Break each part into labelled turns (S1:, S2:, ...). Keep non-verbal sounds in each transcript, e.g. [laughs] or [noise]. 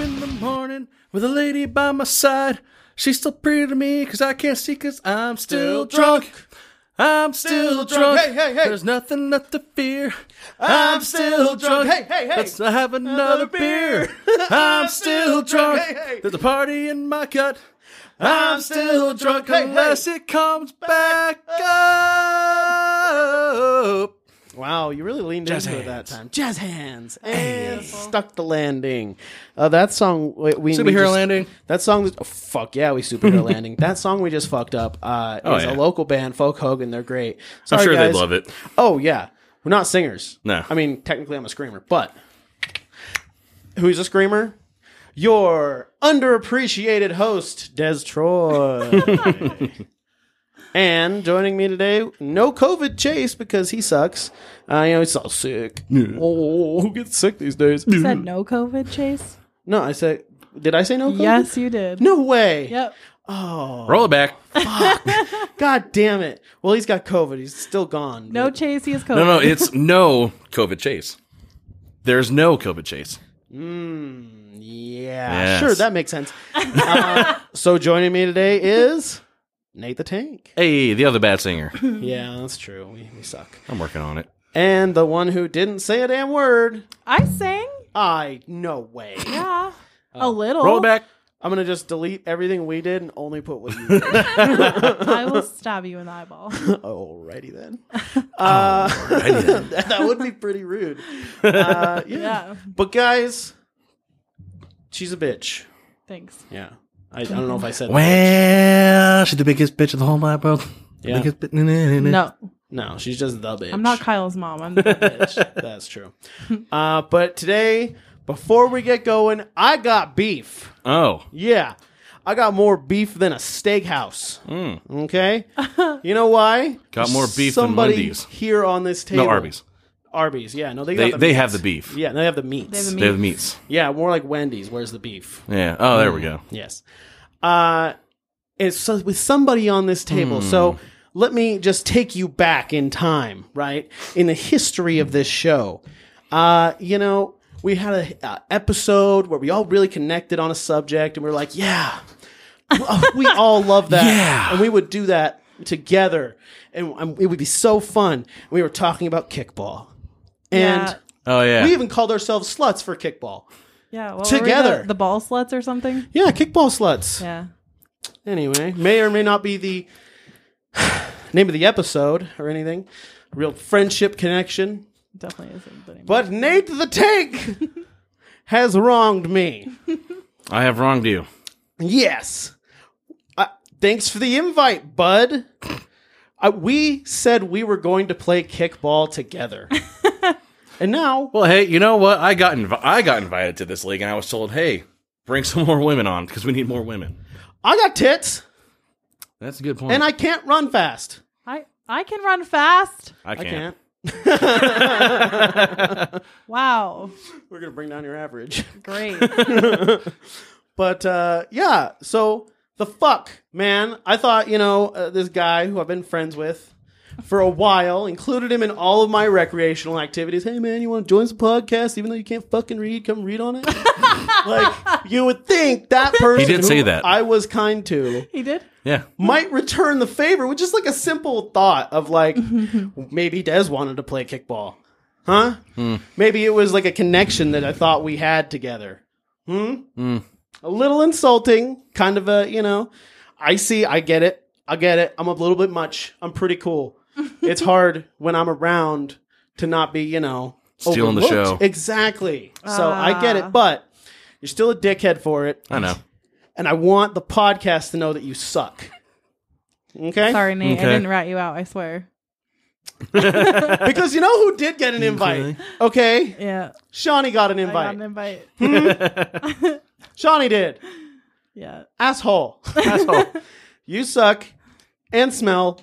S1: in the morning with a lady by my side. She's still pretty to me because I can't see because I'm still drunk. I'm still
S2: Still
S1: drunk.
S2: drunk. Hey, hey, hey.
S1: There's nothing left to fear.
S2: I'm still drunk. Hey, hey, hey.
S1: Let's not have another,
S2: [laughs]
S1: beer. I'm still drunk.
S2: Hey, hey.
S1: There's a party in my gut. I'm still drunk
S2: Hey, hey.
S1: unless it comes back up.
S2: Wow, you really leaned
S1: Jazz
S2: into it that
S1: hands.
S2: time. Jazz hands and stuck the landing. Uh, that song we, we we
S1: Superhero
S2: just-
S1: landing.
S2: That song, that- oh, fuck yeah,
S1: [laughs]
S2: we superhero landing. That song we just fucked up. Uh,
S3: Oh,
S2: is
S3: yeah.
S2: a local band, Folk Hogan. They're great.
S3: I'm
S2: Sorry,
S3: sure
S2: guys.
S3: they'd love it.
S2: Oh yeah, we're not singers.
S3: No.
S2: I mean technically I'm a screamer, but who's a screamer? Your underappreciated host, Des Troy. and joining me today, no COVID Chase because he sucks. Uh, you know he's all sick. Oh, who gets sick these days?
S4: Said no COVID, Chase.
S2: no, I said. Did I say no? COVID?
S4: Yes, you did.
S2: No way.
S4: Yep.
S3: Roll it back.
S2: God damn it. Well, he's got COVID. He's still gone.
S4: No, Chase. He is COVID.
S3: No, no, it's no COVID chase. There's no COVID chase.
S2: Hmm, Yeah,
S3: Yes.
S2: sure, that makes sense. Uh, so joining me today is Nate the Tank.
S3: Hey, the other bad singer.
S2: Yeah, that's true. We, we suck.
S3: I'm working on it.
S2: And the one who didn't say a damn word.
S4: I sang.
S2: I no way.
S4: Yeah. A little.
S3: Roll it
S2: [laughs]
S3: back.
S2: I'm gonna just delete everything we did and only put what you did.
S4: I will stab you in the eyeball.
S2: Alrighty then. [laughs]
S3: Alrighty then.
S2: That, that would be pretty rude. Uh, yeah.
S4: Yeah.
S2: But guys, she's a bitch.
S4: Thanks.
S2: Yeah. I, I don't know if I said
S3: well, she's the biggest bitch in the whole wide world. The
S2: Yeah.
S3: biggest bitch.
S4: No,
S2: no. She's just the bitch.
S4: I'm not Kyle's mom. I'm the
S2: bitch. That's true. Uh, but today, before we get going, I got beef.
S3: Oh,
S2: Yeah. I got more beef than a steakhouse. Okay? You know why?
S3: Hmm. Got more beef than
S2: Somebody
S3: Wendy's.
S2: here on this table.
S3: no, Arby's.
S2: Arby's, yeah. No, they got
S3: They
S2: the
S3: they
S2: meats.
S3: have the beef.
S2: Yeah, they have the meats.
S4: They have the meat.
S3: They have the meats.
S2: Yeah, more like Wendy's. Where's the beef?
S3: Yeah. Oh, there we go.
S2: Yes. Uh it's so, with somebody on this table. So let me just take you back in time, right? In the history of this show. Uh, you know, we had a uh, episode where we all really connected on a subject and we were like, yeah. oh, we all love that.
S3: Yeah.
S2: And we would do that together and, and it would be so fun. We were talking about kickball. And
S4: Yeah.
S3: Oh yeah.
S2: we even called ourselves sluts for kickball.
S4: Yeah. Well,
S2: Together.
S4: The, the ball sluts or something.
S2: Yeah, kickball sluts.
S4: Yeah.
S2: Anyway, may or may not be the name of the episode or anything. Real friendship connection.
S4: Definitely isn't. But,
S2: But Nate the Tank has wronged me.
S3: I have wronged you.
S2: Yes. Uh, thanks for the invite, bud. Uh, we said we were going to play kickball together. and now,
S3: Well, hey, you know what? I got inv- I got invited to this league, and I was told, hey, bring some [laughs] more women on because we need more women.
S2: I got tits
S3: That's a good point.
S2: and I can't run fast.
S4: I I can run fast.
S3: I can't.
S2: I can't.
S4: Wow.
S2: We're going to bring down your average.
S4: Great.
S2: But uh, yeah, so the fuck, man. I thought, you know, uh, this guy who I've been friends with for a while, included him in all of my recreational activities. Hey, man, you want to join some podcast, even though you can't fucking read? Come read on it. like, you would think that person
S3: did say
S2: who
S3: that.
S2: I was kind to
S4: he did.
S3: Yeah.
S2: might return the favor with just like a simple thought of like, maybe Des wanted to play kickball. Huh?
S3: Hmm.
S2: Maybe it was like a connection that I thought we had together. Hmm? A little insulting, kind of a, you know, I see, I get it. I get it. I'm a little bit much. I'm pretty cool. it's hard when I'm around to not be, you know,
S3: Stealing the
S2: overlooked.
S3: show.
S2: Exactly. So I get it, but you're still a dickhead for it
S3: I know.
S2: and I want the podcast to know that you suck. Okay?
S4: Sorry, Nate.
S3: Okay.
S4: I didn't rat you out. I swear.
S2: [laughs] Because you know who did get an invite? Okay?
S4: Yeah.
S2: Shawnee got an
S4: I got an
S2: invite.
S4: invite.
S2: Shawnee did.
S4: yeah.
S2: Asshole.
S3: Asshole.
S2: [laughs] You suck and smell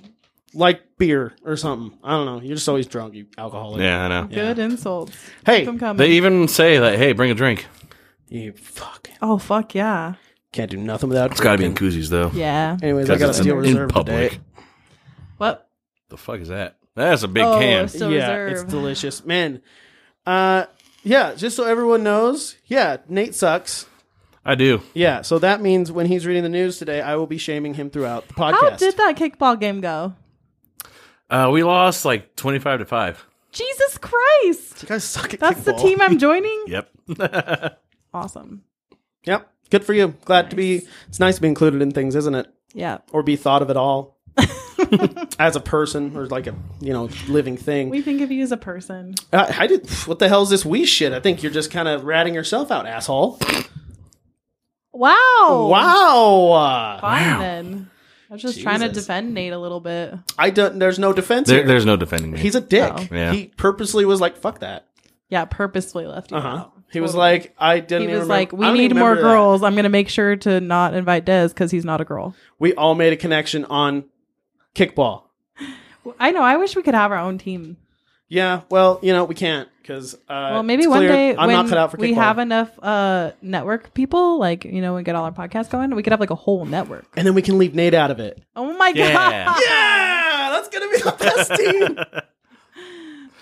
S2: like beer or something. I don't know. You're just always drunk, you alcoholic.
S3: Yeah, I know.
S4: Good insults.
S2: Hey,
S4: Keep 'em coming.
S3: They even say that, hey, bring a drink.
S2: you fuck.
S4: oh fuck yeah.
S2: Can't do nothing without
S3: It's got to be in koozies, though.
S4: Yeah.
S2: Anyways, I got a
S3: it's in-
S2: steel
S3: in,
S2: reserve
S3: public.
S2: today.
S4: What?
S3: The fuck is that? That's a big
S4: Oh,
S3: can.
S4: so- Steel
S2: yeah,
S4: Reserve.
S2: it's delicious. Man. Uh yeah, just so everyone knows, yeah, Nate sucks.
S3: I do.
S2: Yeah, so that means when he's reading the news today, I will be shaming him throughout the podcast.
S4: How did that kickball game go?
S3: Uh, we lost like 25 to 5.
S4: Jesus Christ!
S2: you guys suck at
S4: That's the
S2: kickball. [laughs]
S4: team I'm joining.
S3: Yep.
S4: Awesome.
S2: Yep. Good for you. Glad to be. It's nice to be included in things, isn't it?
S4: Yeah,
S2: Or be thought of at
S4: [laughs]
S2: all as a person or like a you know living thing.
S4: we think of you as a person.
S2: I, I did. What the hell is this we shit? I think you're just kind of ratting yourself out, asshole.
S4: Wow.
S2: Wow. Uh,
S4: Fine then. I was just trying to
S2: Jesus.
S4: defend Nate a little bit.
S2: I don't. There's no defense.
S3: There,
S2: here.
S3: there's no defending me.
S2: He's a dick.
S4: Oh.
S3: Yeah.
S2: He purposely was like, "Fuck that."
S4: Yeah, purposefully left you
S2: Uh huh.
S4: out.
S2: He was
S4: Totally.
S2: like, "I didn't."
S4: he
S2: even
S4: was
S2: remember-
S4: like,
S2: I
S4: we
S2: don't
S4: need
S2: even
S4: more
S2: remember that."
S4: girls. I'm gonna make sure to not invite Dez because he's not a girl.
S2: We all made a connection on kickball.
S4: I know. I wish we could have our own team.
S2: Yeah. Well, you know, we can't because uh,
S4: well, maybe
S2: it's
S4: one
S2: clear
S4: day
S2: I'm
S4: when
S2: not cut out for kickball.
S4: we have enough uh, network people, like you know, and get all our podcasts going, we could have like a whole network.
S2: and then we can leave Nate out of it.
S4: Oh my
S3: Yeah.
S4: god!
S2: Yeah, Ah, that's gonna be the [laughs] best team.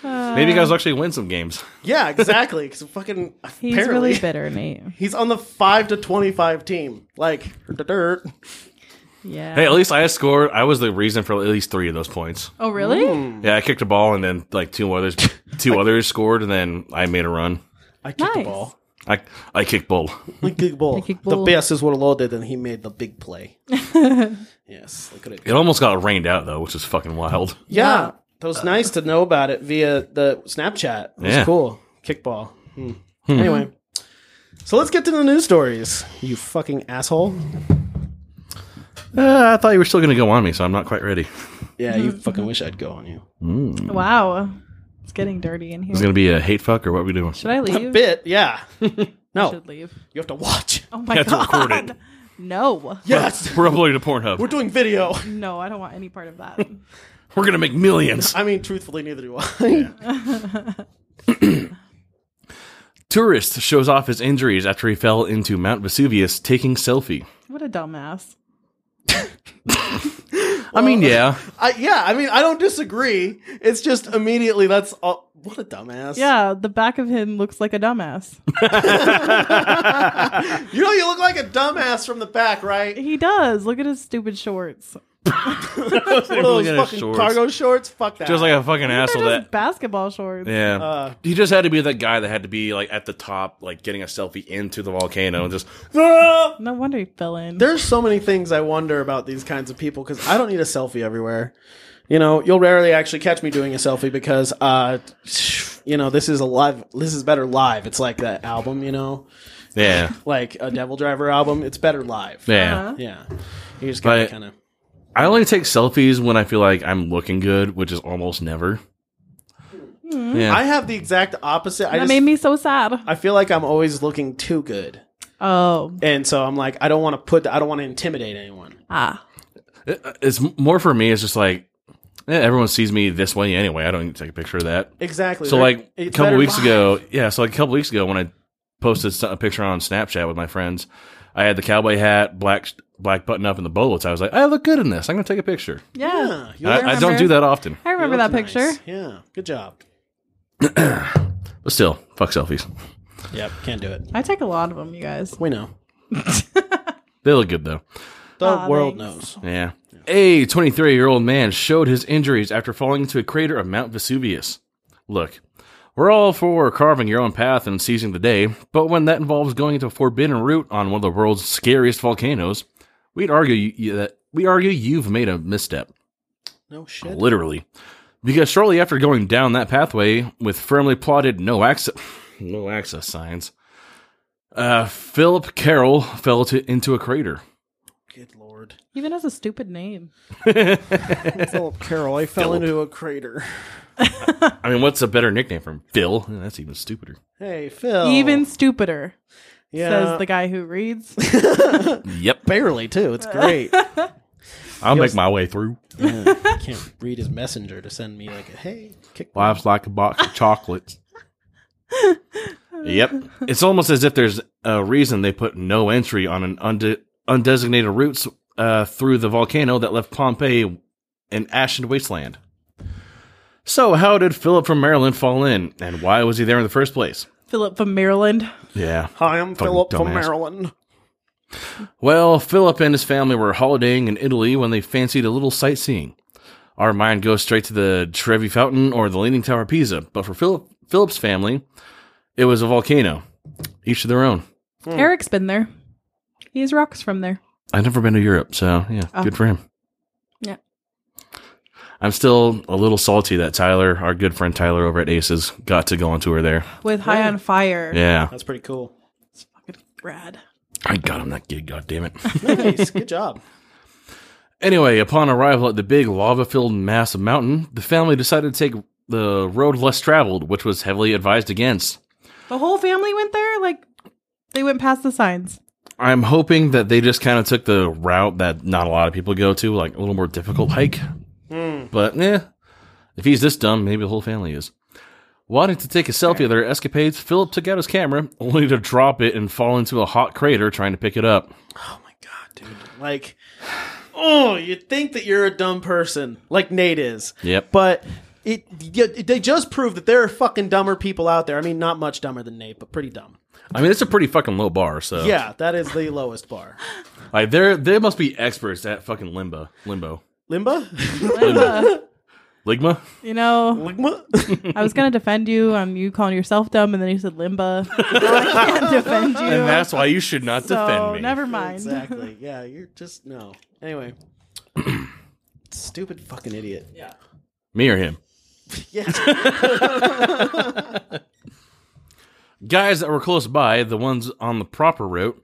S3: Maybe you guys will actually win some games. [laughs]
S2: yeah, exactly. Because fucking
S4: He's
S2: apparently
S4: really bitter, Nate. [laughs]
S2: he's on the five to twenty-five team. Like dirt.
S4: Yeah.
S3: Hey, at least I scored. I was the reason for at least three of those points.
S4: oh really?
S3: Yeah, I kicked a ball and then like two [laughs] others, two others scored, and then I made a run.
S2: I kicked the
S4: Nice.
S2: ball.
S3: I I kicked bull.
S2: I kicked ball.
S4: kicked
S2: The
S4: ball.
S2: best is what Lord did, and he made the big
S4: [laughs]
S2: play. yes, look at it.
S3: It almost got rained out though, which is fucking wild.
S2: Yeah, that was nice to know about it via the Snapchat. It was
S3: Yeah.
S2: cool. Kickball. Hmm. Anyway, so let's get to the news stories. You fucking asshole.
S3: Uh, I thought you were still gonna go on me, so I'm not quite ready. It's
S2: Yeah, you fucking wish I'd go on you.
S4: Wow. It's getting dirty in here.
S3: gonna be a hate fuck or what we doing?
S4: Should I leave?
S2: Bit, yeah. [laughs]
S4: I
S2: no,
S4: should leave.
S2: you have to watch.
S4: Oh my
S3: You have to
S4: god.
S3: record it.
S4: No.
S2: [laughs] Yes,
S3: We're uploading to Pornhub.
S2: we're doing video.
S4: No, I don't want any part of
S3: [laughs]
S4: that.
S3: We're gonna make millions.
S2: I mean, truthfully, neither do I.
S3: Tourist shows off his injuries after he fell into Mount Vesuvius taking selfie.
S4: what a dumbass.
S3: I mean, yeah,
S2: [laughs] I, yeah, I mean, I don't disagree. It's just immediately that's all. What a dumbass.
S4: Yeah, the back of him looks like a dumbass.
S2: You know, you look like a dumbass from the back, right?
S4: he does. Look at his stupid shorts.
S2: One of those
S3: Look at his
S2: fucking
S3: shorts.
S2: cargo shorts. Fuck
S3: [laughs]
S2: that.
S3: just
S2: [laughs]
S3: like a fucking asshole.
S4: They're
S3: That
S4: just basketball shorts.
S3: yeah,
S2: Uh,
S3: he just had to be that guy that had to be like at the top, like getting a selfie into the volcano and just. "Ah!"
S4: No wonder he fell in.
S2: There's so many things I wonder about these kinds of people because I don't need a selfie everywhere. You know, you'll rarely actually catch me doing a selfie because, uh, you know, this is a live. This is better live. It's like that album, you know,
S3: Yeah,
S2: like a Devil Driver album. It's better live.
S3: yeah.
S2: Yeah. You just gotta
S3: But-
S2: kind of.
S3: I only take selfies when I feel like I'm looking good, which is almost never. Yeah.
S2: I have the exact opposite. I
S4: that
S2: just
S4: made me so sad.
S2: I feel like I'm always looking too good.
S4: oh,
S2: And so I'm like, I don't want to put, I don't want to intimidate anyone.
S4: ah.
S3: It- uh, it's more for me. It's just like eh, everyone sees me this way anyway. I don't need to take a picture of that.
S2: Exactly.
S3: So
S2: They're-
S3: like a
S2: it's
S3: couple
S2: better
S3: weeks
S2: live.
S3: ago, yeah. So like a couple weeks ago, when I posted so- a picture on Snapchat with my friends, I had the cowboy hat, black black button up, and the bullets. I was like, I look good in this. I'm gonna take a picture.
S4: Yeah.
S2: Yeah. you look-
S3: I, I don't do that often,
S4: I
S2: you
S4: remember
S2: look
S4: that
S2: nice.
S4: picture.
S2: Yeah. Good job.
S3: but still, fuck selfies.
S2: Yep. Can't do it.
S4: I take a lot of them, you guys.
S2: We know.
S3: They look good though.
S2: The
S4: Aw,
S2: world
S4: Ah, thanks.
S2: knows.
S3: Yeah. A 23 year old man showed his injuries after falling into a crater of Mount Vesuvius. Look, we're all for carving your own path and seizing the day, but when that involves going into a forbidden route on one of the world's scariest volcanoes, we'd argue you, you- that we argue you've made a misstep,
S2: No shit.
S3: literally, because shortly after going down that pathway with firmly plotted no access, no access signs, uh, Philip Carroll fell to, into a crater.
S2: Good lord.
S4: Even has a stupid name.
S2: Philip Carroll, I fell into a crater. [laughs]
S3: I mean, what's a better nickname for him? Phil? Yeah, that's even stupider.
S2: Hey,
S3: Oh.
S2: Phil.
S4: Even stupider,
S2: yeah,
S4: says the guy who reads. [laughs]
S3: Yep.
S2: [laughs] barely too. It's great.
S3: I'll make my way through.
S2: yeah. I Can't read his messenger to send me like, a, hey, kick.
S3: Life's like a box of chocolates. yep. It's almost as if there's a reason they put no entry on an unde- undesignated routes uh, through the volcano that left Pompeii an ashen wasteland. So, how did Philip from Maryland fall in, and why was he there in the first place?
S4: Philip from Maryland.
S3: Yeah.
S2: Hi, I'm Philip from
S3: dumbass.
S2: Maryland.
S3: Well, Philip and his family were holidaying in Italy when they fancied a little sightseeing. Our mind goes straight to the Trevi Fountain or the Leaning Tower of Pisa, but for Philip, Philip's family, it was a volcano. Each to their own.
S4: Eric's been there. He has rocks from there.
S3: I've never been to Europe, so yeah,
S4: Oh.
S3: good for him.
S4: Yeah.
S3: I'm still a little salty that Tyler, our good friend Tyler over at Aces, got to go on tour there.
S4: With High on Fire.
S3: Yeah.
S2: That's pretty cool.
S4: It's fucking rad.
S3: I got him that gig, god damn it.
S2: Nice. Good job.
S3: [laughs]
S2: [laughs]
S3: Anyway, upon arrival at the big lava filled mass of mountain, the family decided to take the road less traveled, which was heavily advised against.
S4: The whole family went there. Like, they went past
S3: [laughs]
S4: the signs.
S3: I'm hoping that they just kind of took the route that not a lot of people go to, like a little more difficult hike. But eh, if he's this dumb, maybe the whole family is. Wanting to take a selfie of their escapades, Philip took out his camera, only to drop it and fall into a hot crater trying to pick it up.
S2: dude. Like, oh, you think that you're a dumb person, like Nate is.
S3: Yep.
S2: But it, y- they just prove that there are fucking dumber people out there. I mean, not much dumber than Nate, but pretty dumb.
S3: I mean, it's a pretty fucking low bar, so
S2: Yeah, that is the lowest bar.
S3: like they're they must be experts at fucking limbo, limbo,
S2: Limba,
S3: ligma.
S4: you know,
S2: Ligma.
S4: I was going to defend you on you calling yourself dumb, and then you said
S3: [laughs]
S4: limba. Now I can't defend you.
S3: And that's why you should not
S4: so,
S3: defend me.
S4: never mind.
S2: exactly. Yeah, you're just no. [clears throat] Anyway, stupid fucking idiot. Yeah.
S3: Me or him. Guys that were close by, the ones on the proper route,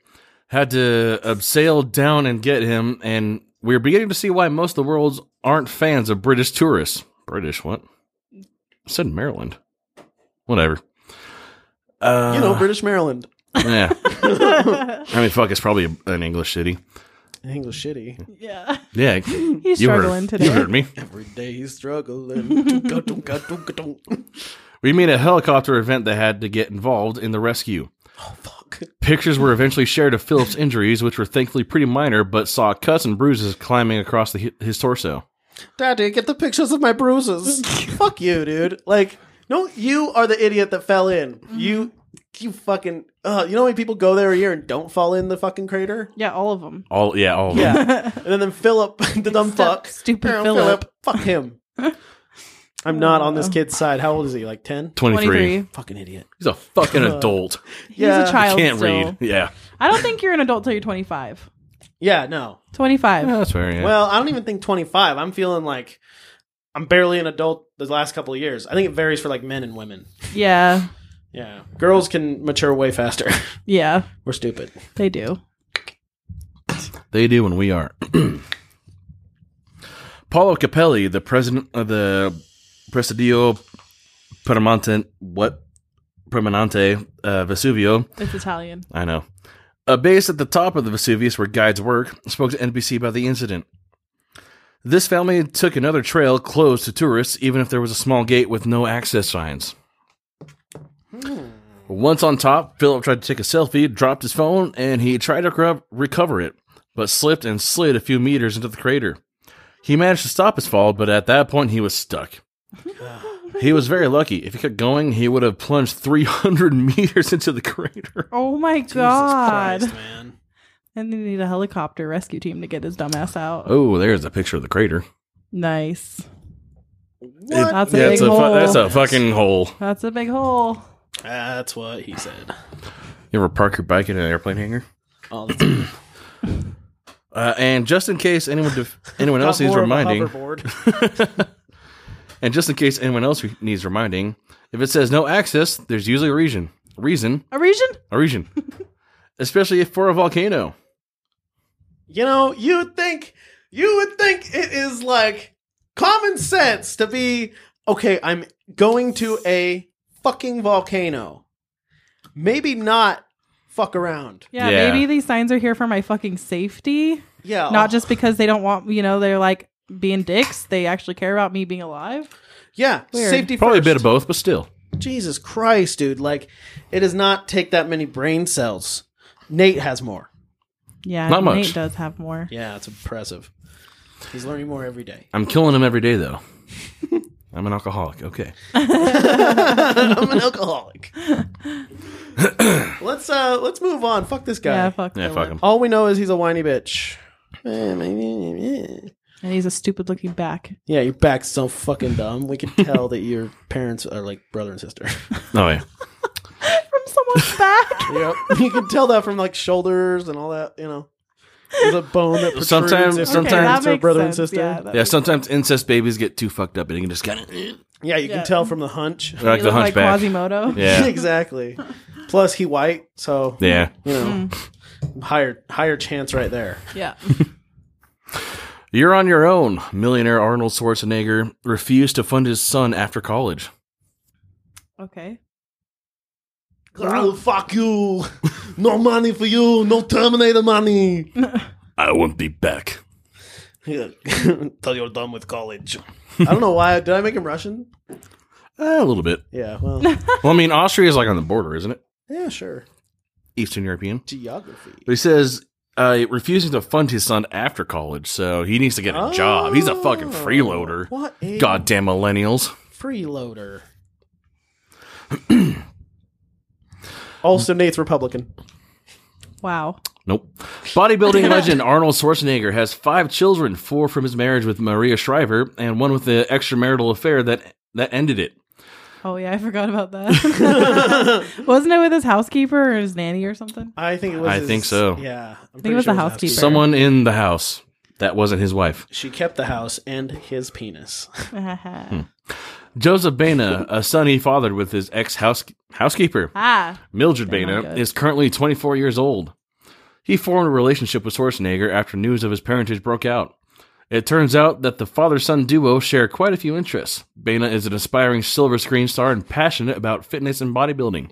S3: had to uh, sail down and get him, and we are beginning to see why most of the world's aren't fans of British tourists. British what? I said Maryland. Whatever. Uh,
S2: [laughs] you know, British Maryland.
S4: [laughs]
S3: yeah. I mean, fuck, it's probably an English city.
S2: English shitty.
S4: [laughs] Yeah.
S3: Yeah.
S4: He's
S3: you heard-
S4: struggling today.
S3: You heard me.
S2: Every day he's struggling. Dunka, dunka, dunka, dunk.
S3: We made a helicopter event that had to get involved in the rescue.
S2: Fuck.
S3: Pictures were eventually shared of Philip's injuries, which were thankfully pretty minor, but saw cuts and bruises climbing across the, his torso.
S2: Daddy, get the pictures of my bruises. [laughs] Fuck you, dude. Like, no, you are the idiot that fell in. You, you fucking. Uh, you know how many people go there a year and don't fall in the fucking crater?
S4: Yeah, all of them.
S3: All yeah, all of them. [laughs]
S2: Yeah. and then, then Philip, [laughs] the dumb fuck.
S4: stupid
S2: Oh,
S4: Philip. Oh.
S2: Fuck
S4: [laughs]
S2: him. I'm not on this kid's side. How old is he? Like 10?
S3: 23.
S4: 23.
S2: Fucking idiot.
S3: He's a
S2: [laughs]
S3: fucking adult.
S4: He's
S2: Yeah.
S4: a child
S3: Can't
S4: still.
S3: read. Yeah.
S4: I don't think you're an adult till you're 25.
S2: Yeah, no.
S4: 25.
S3: [laughs] Yeah, That's fair. Yeah.
S2: Well, I don't even think 25. I'm feeling like I'm barely an adult the last couple of years. I think it varies for like men and women.
S4: Yeah.
S2: Yeah. Girls can mature way faster. [laughs]
S4: Yeah.
S2: We're stupid.
S4: They do.
S3: they do and we [clears throat] are. Paulo Capelli, the president of the Presidio Permanente, what? Permanente uh, Vesuvio,
S4: It's Italian.
S3: I know. A base at the top of the Vesuvius where guides work spoke to NBC about the incident. This family took another trail closed to tourists, even if there was a small gate with no access signs. Once on top, Philip tried to take a selfie, dropped his phone, and he tried to grab, recover it, but slipped and slid a few meters into the crater. He managed to stop his fall, but at that point he was stuck. he was very lucky. If he kept going, he would have plunged 300 [laughs] meters into the crater.
S4: Oh my god.
S2: Jesus Christ, man.
S4: And they need a helicopter rescue team to get his dumbass out.
S3: Oh, there's a picture of the crater.
S4: Nice.
S2: What?
S4: That's a
S3: Yeah,
S4: big
S3: it's a fu-
S4: hole.
S3: that's a fucking hole.
S4: That's a big hole.
S2: That's what he said. Oh,
S3: You ever park your bike in an airplane hangar? [clears throat]
S2: All the time.
S3: Uh, and just in case anyone def- anyone else
S2: Got
S3: needs
S2: more of a
S3: reminding,
S2: hoverboard.
S3: and just in case anyone else re- needs reminding, if it says no access, there's usually a reason. Reason,
S4: A region?
S3: a reason, especially if for a volcano.
S2: you know, you would think you would think it is like common sense to be okay, I'm going to a fucking volcano. Maybe not fuck around.
S4: Yeah,
S3: Yeah.
S4: maybe these signs are here for my fucking safety.
S2: Yeah.
S4: Not just because they don't want, you know, they're like being dicks. They actually care about me being alive.
S2: Yeah.
S4: Weird.
S2: Safety
S3: Probably
S2: first.
S3: a bit of both, but still.
S2: Jesus Christ, dude. Like, it does not take that many brain cells. Nate has more.
S4: Yeah,
S3: Not
S4: Nate
S3: much.
S4: does have more.
S2: Yeah, it's impressive. He's learning more every day. [laughs]
S3: I'm killing him every day though. [laughs] I'm an alcoholic. Okay.
S4: [laughs]
S2: I'm an alcoholic. Let's uh let's move on. Fuck this guy.
S4: Yeah, fuck.
S3: Yeah,
S4: Dylan.
S3: fuck him.
S2: All we know is he's a whiny bitch.
S4: And he's a stupid looking back.
S2: Yeah, your back's so fucking dumb. We can tell that your parents are like brother and sister.
S3: Oh yeah.
S4: From someone's [laughs]
S2: [laughs]
S4: back.
S2: yep. You can tell that from like shoulders and all that, you know. There's a bone that protrudes
S3: Sometimes-
S2: if your
S3: sometimes-
S2: parents
S4: that
S2: are
S4: makes
S2: brother and
S4: sense.
S2: sister.
S4: Yeah,
S2: Yeah,
S4: that
S3: Yeah,
S4: makes-
S3: sometimes incest babies get too fucked up and they can just kind of
S2: you
S4: Yeah.
S2: can tell from the hunch. [laughs]
S3: like the
S4: you look like
S3: hunchback.
S4: Quasimodo.
S3: yeah,
S2: exactly. Plus he white, so
S3: yeah.
S2: you know higher higher chance right there.
S4: [laughs] Yeah.
S3: You're on your own. Millionaire Arnold Schwarzenegger refused to fund his son after college.
S4: Okay.
S2: Oh, fuck you. [laughs] No money for you. No Terminator money.
S3: I won't be back.
S2: [laughs] Until you're done with college. I don't know why. Did I make him Russian?
S3: Eh, a little bit.
S2: Yeah,
S4: [laughs]
S2: well,
S3: Well, I mean, Austria is like on the border, isn't it?
S2: yeah, sure.
S3: Eastern European.
S2: Geography.
S3: But he says uh, refusing to fund his son after college, so he needs to get a job. He's a fucking
S2: Oh,
S3: freeloader.
S2: What a
S3: Goddamn millennials.
S2: freeloader. [clears throat] also, Nate's Republican.
S4: Wow.
S3: Nope.
S2: [laughs]
S3: Bodybuilding legend Arnold Schwarzenegger has five children, four from his marriage with Maria Shriver, and one with the extramarital affair that that ended it.
S4: Oh yeah, I forgot about that.
S2: [laughs]
S4: Wasn't it with his housekeeper or his nanny or something?
S2: I think it was.
S3: I
S2: his-
S3: think so.
S2: Yeah, I'm
S4: it was the
S2: his
S4: housekeeper.
S3: Someone in the house that wasn't his wife.
S2: She kept the house and his penis. [laughs]
S4: [laughs]
S3: Joseph Baina, a son he fathered with his ex house housekeeper [laughs]
S4: ah.
S3: Mildred
S4: They're not
S3: Baina,
S4: good.
S3: is currently 24 years old. He formed a relationship with Schwarzenegger after news of his parentage broke out. It turns out that the father son duo share quite a few interests. Baina is an aspiring silver screen star and passionate about fitness and bodybuilding.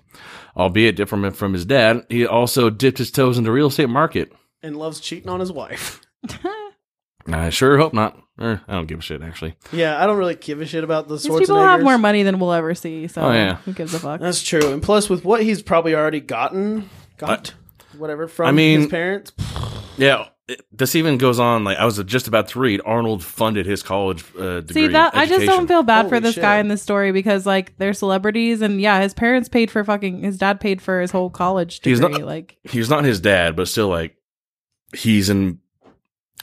S3: Albeit different from his dad, he also dipped his toes in the real estate market.
S2: And loves cheating on his wife. [laughs]
S3: I sure hope not. Er, I don't give a shit, actually.
S2: Yeah, I don't really give a shit about the
S4: These people have
S2: Schwarzeneggers.
S4: more money than we'll ever see, so
S3: Oh, yeah.
S4: who gives a fuck?
S2: That's true. And plus, with what he's probably already gotten, got whatever from
S3: I mean-
S2: his parents.
S3: Yeah, it- this even goes on. Like I was just about to read, Arnold funded his college uh, degree.
S4: See that I just
S3: education.
S4: don't feel bad for
S2: Holy
S4: this
S2: shit.
S4: guy in this story because like they're celebrities and yeah, his parents paid for fucking his dad paid for his whole college degree.
S3: He's not-
S4: like
S3: he's not his dad, but still like he's in.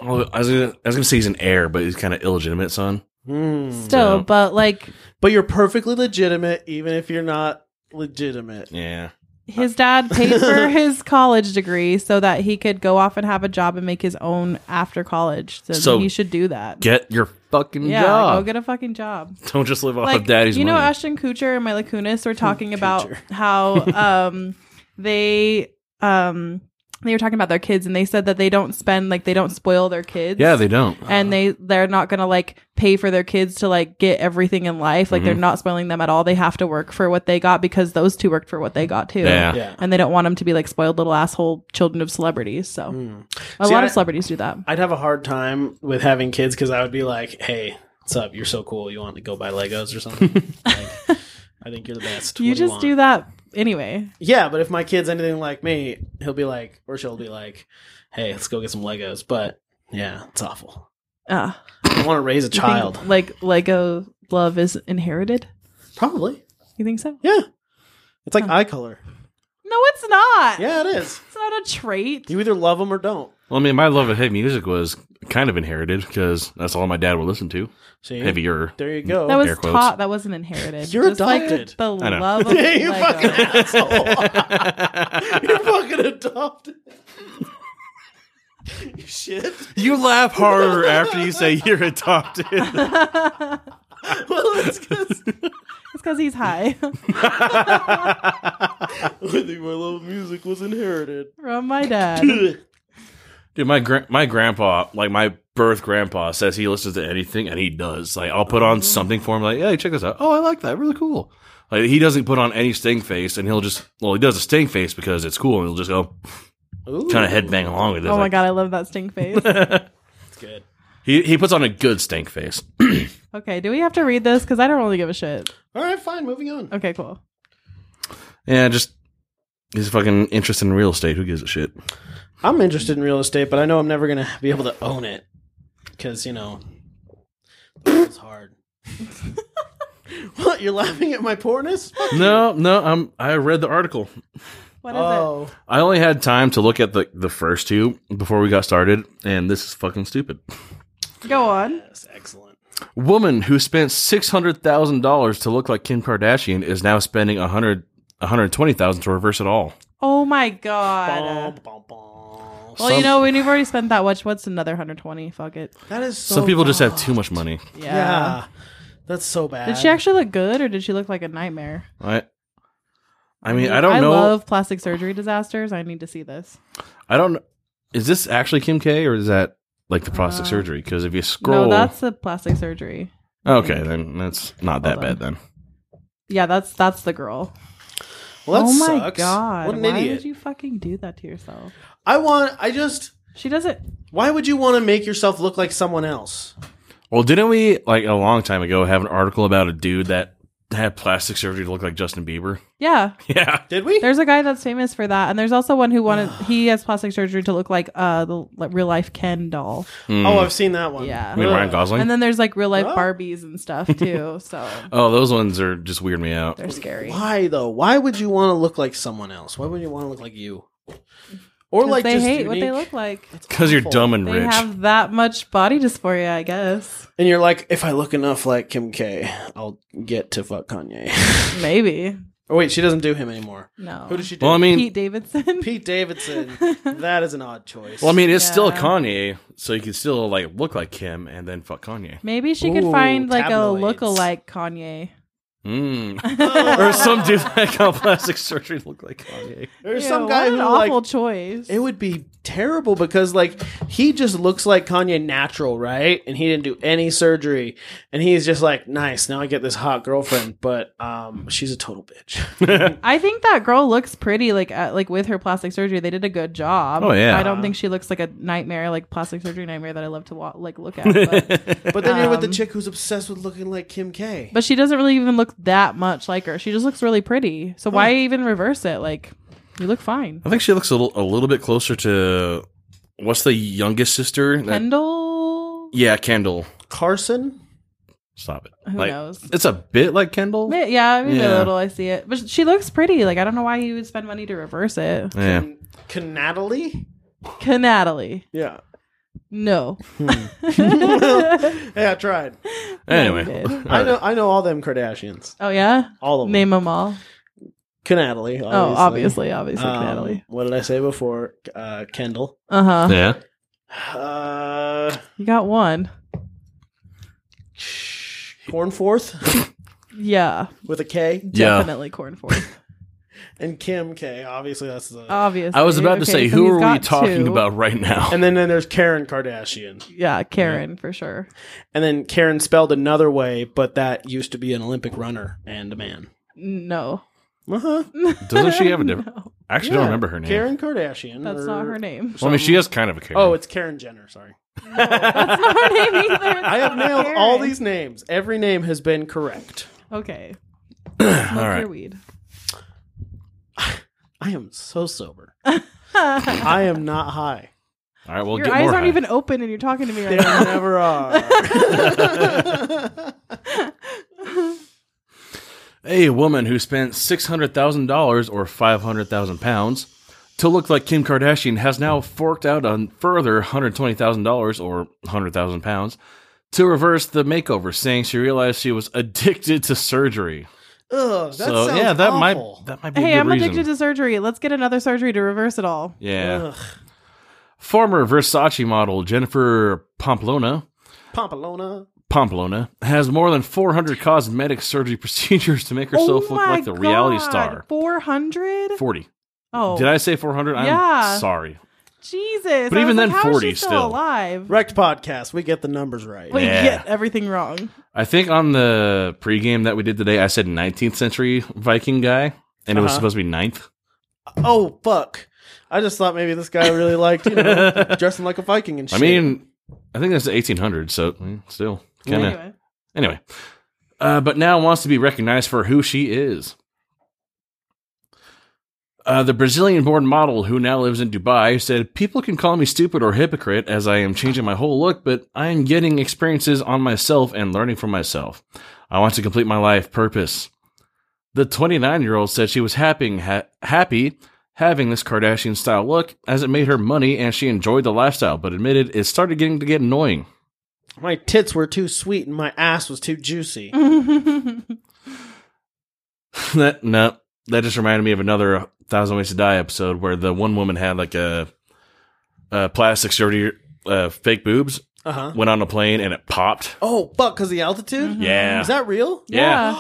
S3: oh, I was gonna, I was gonna say he's an heir, but he's kind of illegitimate son.
S2: Hmm.
S4: still,
S3: No.
S4: but like
S2: But you're perfectly legitimate, even if you're not legitimate.
S3: Yeah,
S4: his
S3: [laughs]
S4: dad paid for his college degree so that he could go off and have a job and make his own after college. So,
S3: So-
S4: he should do that.
S3: get your fucking
S4: yeah,
S3: job.
S4: go get a fucking job.
S3: don't just live off
S4: like
S3: of daddy's
S4: you know
S3: money.
S4: ashton kutcher and mila
S3: [laughs]
S4: kunis were talking about how um they um they were talking about their kids and they said that they don't spend like they don't spoil their kids
S3: yeah, they don't.
S4: and they they're not gonna like pay for their kids to like get everything in life like
S3: Mm-hmm.
S4: they're not spoiling them at all they have to work for what they got because those two worked for what they got too
S3: Yeah.
S2: Yeah.
S4: and they don't want them to be like spoiled little asshole children of celebrities so a
S2: See,
S4: lot
S2: I-
S4: of celebrities do that
S2: I'd have a hard time with having kids because I would be like, "Hey, what's up? You're so cool. You want to go buy Legos or something?"
S3: [laughs]
S2: like, I think you're the best.
S4: you just do that anyway
S2: Yeah, but if my kid's anything like me, he'll be like, or she'll be like, "Hey, let's go get some Legos." But yeah, it's awful.
S4: uh,
S2: I want to raise a
S4: you think,
S2: child.
S4: like lego love is inherited
S2: Probably.
S4: You think so?
S2: Yeah. It's like eye color.
S4: No, it's not.
S2: Yeah, it is.
S4: It's not a trait.
S2: You either love them or don't.
S3: Well, I mean, my love of heavy music was kind of inherited because that's all my dad would listen to.
S2: See,
S3: Heavier.
S2: there you go.
S4: that was
S3: Air quotes.
S4: taught. That wasn't inherited.
S2: You're
S4: like
S2: adopted.
S4: the
S3: know.
S4: love
S2: [laughs]
S4: of
S2: you fucking
S4: Lego.
S2: asshole. You're fucking adopted. [laughs] you shit.
S3: You laugh harder after you say you're adopted.
S2: Well, it's 'cause-
S4: [laughs] It's because he's high
S2: [laughs]
S4: [laughs]
S2: I think my love of music was inherited. [laughs]
S4: from my dad.
S3: Dude, my gra- my grandpa, like my birth grandpa, says he listens to anything, and he does. Like, I'll put on something for him, like, hey, check this out. Oh, I like that, really cool. Like, he doesn't put on any sting face, and he'll just, well, he does a sting face because it's cool, and he'll just go kind of headbang along with it.
S4: Oh my
S3: Like,
S4: god, I love that stink face.
S2: That's good.
S3: He he puts on a good stink face.
S4: Okay, do we have to read this? Because I don't really give a shit.
S2: All right, fine. Moving on.
S4: Okay, cool.
S3: Yeah, just he's fucking interested in real estate. Who gives a
S4: [laughs]
S3: shit?
S2: I'm interested in real estate, but I know I'm never gonna be able to
S4: [laughs]
S2: own it because you know it's hard. What? You're laughing at my poorness? Fuck you.
S3: No, no, I'm, I read the article.
S4: What is it?
S2: Oh.
S3: I only had time to look at the, the first two before we got started, and this is fucking stupid.
S4: Go on.
S2: That's excellent.
S3: Woman who spent $600,000 to look like Kim Kardashian is now spending 100 120,000 to reverse it all.
S4: Oh my god.
S2: Bum, bum, bum.
S4: uh, Well,
S3: Some-
S4: you know, when you've already spent that much, what's another 120? Fuck it.
S2: That is so
S4: Oh,
S3: Some people just have
S2: fucked.
S3: too much money.
S4: Yeah.
S2: Yeah. That's so bad.
S4: Did she actually look good or did she look like a nightmare?
S3: I, I mean, I don't know.
S4: I love plastic surgery disasters. I need to see this.
S3: I don't. Is this actually Kim K or is that like the plastic surgery? Because if you scroll,
S4: Uh, No, that's the plastic surgery.
S3: okay, then that's not that
S4: Hold on.
S3: bad. Then
S4: Yeah, that's that's the girl.
S2: Well, that
S4: oh my
S2: sucks.
S4: god.
S2: What an
S4: Why
S2: idiot.
S4: would you fucking do that to yourself?
S2: I want. I just.
S4: She doesn't
S2: Why would you want to make yourself look like someone else?
S3: Well, didn't we like a long time ago have an article about a dude that had plastic surgery to look like Justin Bieber? [laughs]
S4: Yeah.
S3: Yeah.
S2: Did we?
S4: There's a guy that's famous for that, and there's also one
S2: [sighs]
S4: who wanted he has plastic surgery to look like uh the like, real life Ken doll.
S2: Oh, I've seen that one.
S4: Yeah.
S3: I mean Ryan Gosling.
S4: And then there's like real life
S2: Oh.
S4: Barbies and
S2: [laughs]
S4: stuff too. So
S3: oh, those ones are just weird me out.
S4: they're scary.
S2: Why though? Why would you want to look like someone else? Why would you want to look like you? Or
S4: 'Cause
S2: like
S4: they
S2: just
S4: hate what they
S2: unique-
S4: look like.
S2: That's
S3: Because you're
S2: awful.
S3: dumb and
S4: They
S3: rich.
S4: have that much body dysphoria, I guess.
S2: and you're like, if I look enough like Kim K, I'll get to fuck Kanye. [laughs]
S4: Maybe.
S2: oh wait, she doesn't do him anymore.
S4: No.
S2: Who does she do?
S3: well, I mean,
S4: Pete Davidson.
S2: Pete Davidson. that is an odd choice.
S3: well, I mean, it's still
S4: Yeah.
S3: Kanye, so you can still like look like him and then fuck Kanye
S4: [laughs] Maybe she could
S2: Ooh,
S4: find like
S2: tabloids.
S4: a look-alike Kanye. [laughs]
S3: mm.
S4: Oh.
S3: or some dude [laughs] that got plastic surgery to look like Kanye.
S2: there's
S4: Ew,
S2: some guy
S4: what
S2: who
S4: an awful
S2: like
S4: choice.
S2: it would be terrible because like he just looks like Kanye natural, right? And he didn't do any surgery, and he's just like, nice. Now I get this hot girlfriend, but um, she's a total bitch.
S3: [laughs]
S4: I think that girl looks pretty, like uh, like with her plastic surgery, they did a good job.
S3: Oh, yeah.
S4: I don't think she looks like a nightmare, like plastic surgery nightmare that I love to wa- like look at. But,
S2: But then you're with the
S4: Um,
S2: chick who's obsessed with looking like Kim K.
S4: but she doesn't really even look that much like her. She just looks really pretty. So why even reverse it? Like you look fine.
S3: I think she looks a little, a little bit closer to what's the youngest sister? That-
S4: Kendall,
S3: yeah, Kendall.
S2: Carson?
S3: Stop it.
S4: who
S3: Like,
S4: knows?
S3: It's a bit like Kendall.
S4: Ma- Yeah, maybe
S3: Yeah.
S4: a little. I see it, but she looks pretty. Like I don't know why you would spend money to reverse it.
S3: [laughs] Yeah.
S2: Can Natalie?
S4: Can Natalie?
S2: Yeah.
S4: No. [laughs]
S2: Yeah, I tried.
S3: Anyway,
S4: Maybe.
S2: I know I know all them Kardashians.
S4: Oh yeah,
S2: All of them.
S4: name them all.
S2: Can Natalie, obviously.
S4: Oh, obviously, obviously,
S2: Um,
S4: Natalie.
S2: What did I say before? Uh, Kendall.
S4: Uh huh.
S3: yeah.
S2: Uh,
S4: You got one.
S2: [laughs] Cornforth
S4: Yeah,
S2: with a K.
S3: Yeah.
S4: definitely corn
S2: [laughs]
S4: forth.
S2: And Kim K. Obviously, that's the.
S4: Obviously,
S3: I was about to
S4: Okay,
S3: say,
S4: so
S3: who
S4: he's
S3: are we
S4: got
S3: talking
S4: two.
S3: about right now?
S4: [laughs]
S2: and then, then there's Karen Kardashian.
S4: Yeah, Karen for sure.
S2: And then Karen spelled another way, but that used to be an Olympic runner and a man.
S4: No,
S2: Uh huh.
S3: Doesn't she have a different?
S4: No,
S3: I actually don't remember her name.
S2: Karen Kardashian.
S4: that's
S2: or-
S4: not
S2: [laughs]
S4: her name.
S3: Well, I mean, she has kind of a Karen. [laughs]
S2: Oh, it's Karen Jenner. Sorry.
S4: That's not her name
S2: [laughs]
S4: either. It's
S2: I have
S4: not
S2: nailed
S4: Karen.
S2: all these names. Every name has been correct.
S4: Okay,
S3: all
S4: smoke
S3: right.
S4: your weed.
S2: I am so sober. I am not high.
S3: All right. Well,
S4: Your
S3: get
S4: eyes
S3: more.
S4: aren't
S3: high.
S4: even open, and you're talking to me
S2: They
S4: right now.
S2: never
S4: [laughs]
S2: are.
S3: A woman who spent six hundred thousand dollars or five hundred thousand pounds to look like Kim Kardashian has now forked out a further hundred twenty thousand dollars or hundred thousand pounds to reverse the makeover, saying she realized she was addicted to surgery.
S2: Ugh, that
S3: so
S2: sounds
S3: yeah, that
S2: awful.
S3: might that might be
S4: Hey,
S3: a good
S4: I'm
S3: reason.
S4: addicted to surgery. Let's get another surgery to reverse it all.
S3: yeah.
S2: Ugh.
S3: Former Versace model Jennifer Pamplona
S2: Pompolona.
S3: Pamplona has more than 400 cosmetic surgery [laughs] procedures to make herself
S4: Oh
S3: look
S4: my
S3: like the reality
S4: God,
S3: star.
S4: 400?
S3: 40.
S4: Oh,
S3: Did I say 400? I'm
S4: Yeah.
S3: sorry.
S4: Jesus.
S3: But
S4: I
S3: even
S4: was
S3: then,
S4: like, how is she
S3: 40
S4: still,
S3: still.
S4: alive.
S2: Wrecked podcast. We get the numbers right.
S4: We
S3: Yeah.
S4: get everything wrong.
S3: I think on the pregame that we did today, I said 19th century Viking guy, and it was
S2: Uh-huh.
S3: supposed to be 9th.
S2: Oh fuck! I just thought maybe this guy really liked you know
S3: [laughs]
S2: dressing like a Viking and
S3: I
S2: shit.
S3: mean, I think that's the 1800s, so mm, still. Kind of.
S4: Anyway,
S3: Anyway, uh, but now wants to be recognized for who she is. Uh, the Brazilian born model who now lives in Dubai said, People can call me stupid or hypocrite as I am changing my whole look, but I am getting experiences on myself and learning from myself. I want to complete my life purpose. The 29 year old said she was happy, ha- happy having this Kardashian style look as it made her money and she enjoyed the lifestyle, but admitted it started getting to get annoying.
S2: My tits were too sweet and my ass was too juicy.
S3: Mm-hmm.
S4: [laughs]
S3: that [laughs] no, that just reminded me of another Thousand Ways to Die episode where the one woman had like a, a plastic surgery, uh, fake boobs,
S2: Uh huh.
S3: went on a plane and it popped.
S2: Oh, fuck, because the altitude?
S3: Yeah.
S2: Is that real?
S3: Yeah.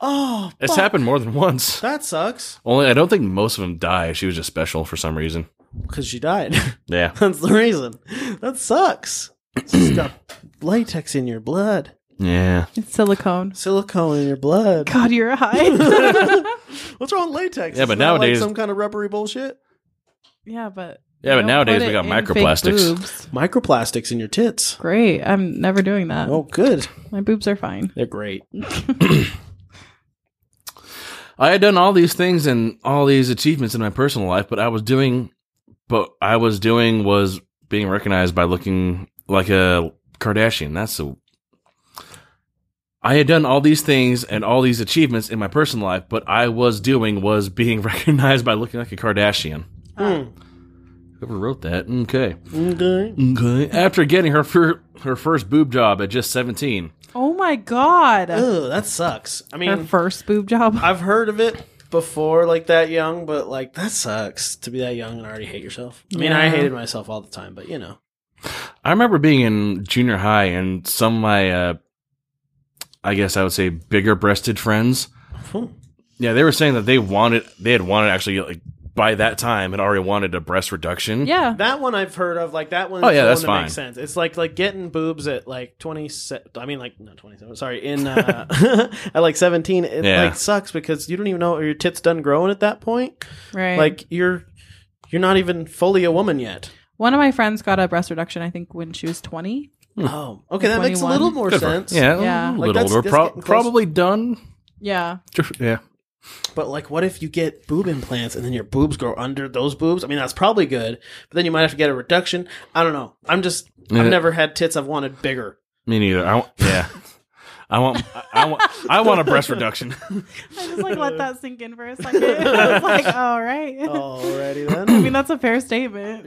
S2: Oh,
S3: It's
S2: fuck.
S3: happened more than [laughs] once.
S2: That sucks.
S3: Only I don't think most of them die. She was just special for some reason.
S2: Because she died. [laughs]
S3: Yeah.
S2: That's the reason. That sucks. It's just got latex in your blood,
S3: Yeah.
S4: [gasps] It's silicone.
S2: silicone in your blood.
S4: God, you're [laughs] high.
S2: What's wrong with latex?
S3: Yeah, but
S2: Isn't that like
S3: nowadays-
S2: some kind of rubbery bullshit.
S4: yeah, but
S3: Yeah,
S4: you
S3: but
S4: don't
S3: nowadays
S4: put
S3: we
S4: it
S3: got
S4: in fake
S3: microplastics.
S4: boobs.
S2: Microplastics in your tits.
S4: Great. I'm never doing that.
S2: Oh, good.
S4: My boobs are fine.
S2: They're great.
S3: I had done all these things and all these achievements in my personal life, but I was doing, but I was doing was being recognized by looking like a Kardashian. That's a. I had done all these things and all these achievements in my personal life, but I was doing was being [laughs] recognized by looking like a Kardashian. Whoever wrote that? Okay.
S2: Okay.
S3: Okay. After getting her fir- her first boob job at just seventeen,
S4: Oh my god.
S2: Ugh, that sucks. I
S4: Her
S2: mean,
S4: first boob
S2: [laughs]
S4: job.
S2: I've heard of it before, like that young, but like that sucks to be that young and already hate yourself. I mean, I
S4: Yeah.
S2: hated myself all the time, but you know.
S3: I remember being in junior high and some of my, uh, I guess I would say, bigger breasted friends.
S2: Hmm.
S3: Yeah, they were saying that they wanted, they had wanted actually, like, by that time, had already wanted a breast reduction.
S4: yeah.
S2: That one I've heard of, like that one.
S3: Oh,
S2: is
S3: yeah,
S2: the
S3: that's
S2: one that Makes
S3: fine.
S2: sense. It's like like getting boobs at like twenty. I mean, like not twenty seven. Sorry,
S3: [laughs]
S2: in uh, [laughs] at like seventeen, it
S3: Yeah.
S2: like sucks because you don't even know are your tits done growing at that point.
S4: Right.
S2: Like you're you're not even fully a woman yet.
S4: one of my friends got a breast reduction I think when she was 20.
S2: Oh, okay, that makes a
S4: 21.
S2: little more
S3: Hmm. Good for-
S2: sense.
S3: Yeah,
S4: Yeah.
S3: a
S4: Like,
S3: little
S2: that's-
S3: older.
S2: that's
S3: Pro-
S2: getting close.
S3: probably done.
S4: Yeah.
S3: Yeah.
S2: But like, what if you get boob implants and then your boobs grow under those boobs? I mean, that's probably good, but then you might have to get a reduction. I don't know. I'm just, I've
S3: Yeah.
S2: never had tits I've wanted bigger.
S3: Me neither. I want,
S2: [laughs]
S3: yeah. I want, I, I want, I want a breast reduction.
S4: I just like let that sink in for a
S2: [laughs]
S4: second. I was like, all right.
S2: Oh.
S4: [laughs]
S2: Alrighty
S4: I
S2: then.
S4: mean, that's a fair statement.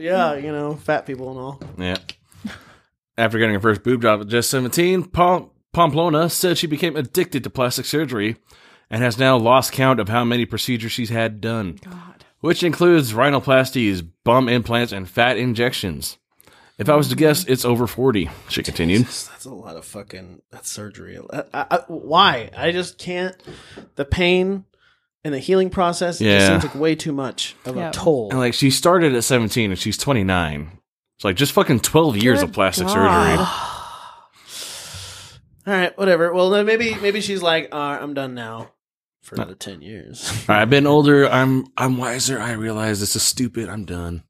S2: [coughs] yeah, you know, fat people and all.
S3: Yeah. After getting her first boob job at just 17, Pom- Pamplona said she became addicted to plastic surgery and has now lost count of how many procedures she's had done,
S4: God.
S3: which includes rhinoplasties, bum implants, and fat injections. If I was
S4: Mm-hmm.
S3: to guess, it's over 40, she continued.
S2: That's a lot of fucking that's surgery. I, I, I- why? I just can't. The pain and the healing process it just
S3: Yeah.
S2: seems like way too much of
S4: Yeah.
S2: a toll.
S3: And like, she started at 17 and she's 29. It's like just fucking 12 years of
S4: Good
S3: plastic
S4: God.
S3: surgery.
S2: [sighs] All right, whatever. Well, then maybe maybe she's like, all right, I'm done now for another ten years.
S3: All [laughs] right, I've been older. I'm I'm wiser. I realize this is stupid. I'm done.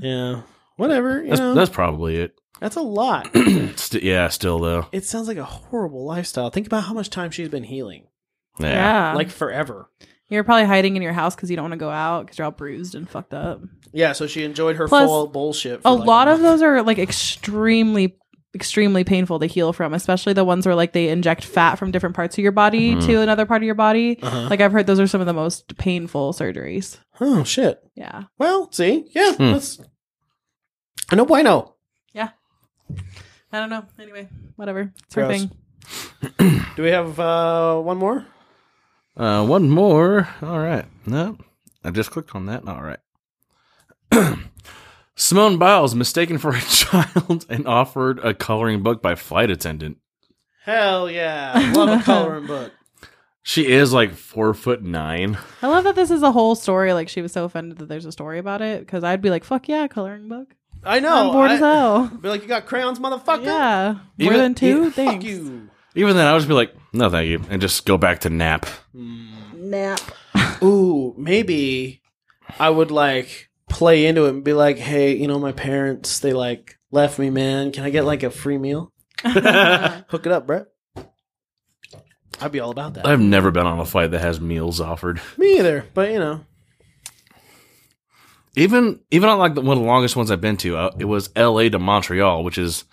S2: yeah, whatever. You
S3: That's,
S2: know,
S3: that's probably it. [clears throat]
S2: That's a lot. [clears throat]
S3: St- yeah, still though.
S2: it sounds like a horrible lifestyle. Think about how much time she's been healing.
S3: Yeah.
S4: Yeah.
S2: Like
S4: Like
S2: forever.
S4: you're probably hiding in your house because you don't want to go out because you're all bruised and fucked up.
S2: Yeah, so she enjoyed her
S4: Plus,
S2: full bullshit. For
S4: a
S2: like
S4: lot of
S2: month.
S4: those are like extremely extremely painful to heal from especially the ones where like they inject fat from different parts of your body
S2: Mm-hmm.
S4: to another part of your body
S2: Uh-huh.
S4: like i've heard those are some of the most painful surgeries
S2: Oh shit.
S4: yeah
S2: Well, see, yeah,
S3: Hmm.
S2: that's. I know bueno.
S4: i don't know anyway whatever it's her
S2: Gross.
S4: thing
S2: Do we have uh, one more?
S3: Uh, one more. All right. No, I just clicked on that. All right. [clears throat] Simone Biles mistaken for a [laughs] child and offered a coloring book by flight attendant.
S2: Hell yeah!
S4: [laughs]
S2: Love a coloring book.
S3: She is like four foot nine.
S4: i love that this is a whole story like she was so offended that there's a story about it because i'd be like fuck yeah coloring book
S2: I know.
S4: i'm
S2: Oh,
S4: bored
S2: I- [laughs]
S4: as hell
S2: Be like, you got crayons, motherfucker.
S4: yeah more
S3: Even-
S4: than two
S3: yeah,
S2: Fuck
S4: thanks [laughs]
S2: you.
S3: Even then, I would just be like, no, thank you, and just go back to nap.
S2: ooh, maybe I would like play into it and be like, hey, you know, my parents, they like left me, man. Can I get like a free meal? [laughs] Hook it up, Brett. I'd be all about that.
S3: I've never been on a flight that has meals offered.
S2: me either, but you know.
S3: Even even on like the, one of the longest ones I've been to, uh, it was L.A. to Montreal, which is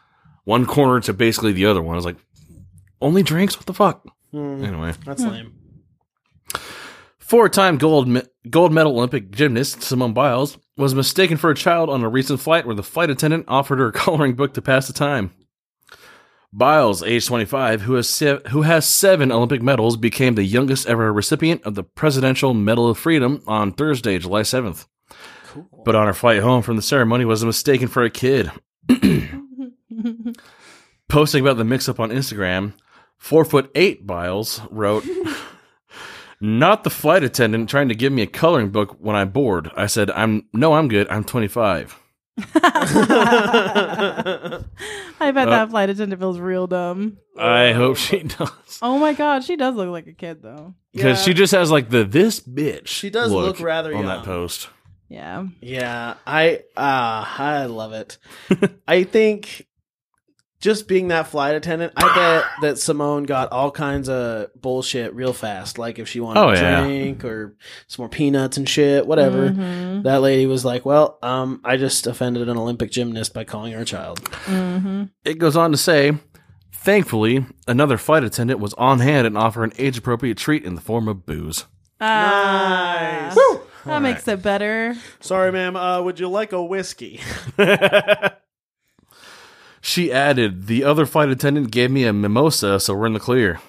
S3: one corner to basically the other one. I was like, only drinks. What the fuck? Anyway,
S2: That's lame. [laughs]
S3: four-time gold me- gold medal Olympic gymnast Simone Biles was mistaken for a child on a recent flight where the flight attendant offered her a [laughs] coloring book to pass the time. Biles, age 25, who has se- who has 7 Olympic medals, became the youngest ever recipient of the Presidential Medal of Freedom on Thursday, July 7th. But on her flight home from the ceremony was mistaken for a kid. [clears throat] Posting about the mix up on Instagram, four foot eight Biles wrote Not the flight attendant trying to give me a coloring book when I board. I said, I'm no, I'm good, I'm twenty five.
S4: I
S2: Uh,
S4: bet that flight attendant feels real dumb.
S3: I hope she [laughs] does.
S4: Oh my god, she does look like a kid though.
S3: Because
S2: Yeah.
S3: she just has like the this bitch. She
S2: does look rather
S3: on
S2: young.
S3: that post.
S4: Yeah.
S2: Yeah, I uh I love [laughs] it. I think just being that flight attendant, I bet that Simone got all kinds of bullshit real fast. Like if she wanted
S3: Oh,
S2: a
S3: yeah.
S2: drink or some more peanuts and shit, whatever. That lady was like, "Well, um, I just offended an Olympic gymnast by calling her a child."
S4: Mm-hmm.
S3: It goes on to say, thankfully, another flight attendant was on hand and offered an age appropriate treat in the form of booze.
S4: Ah,
S2: Woo!
S4: That makes it better.
S2: Sorry, ma'am. Uh, would you like a [laughs] whiskey?
S3: She added, The other flight attendant gave me a mimosa, so we're in the clear.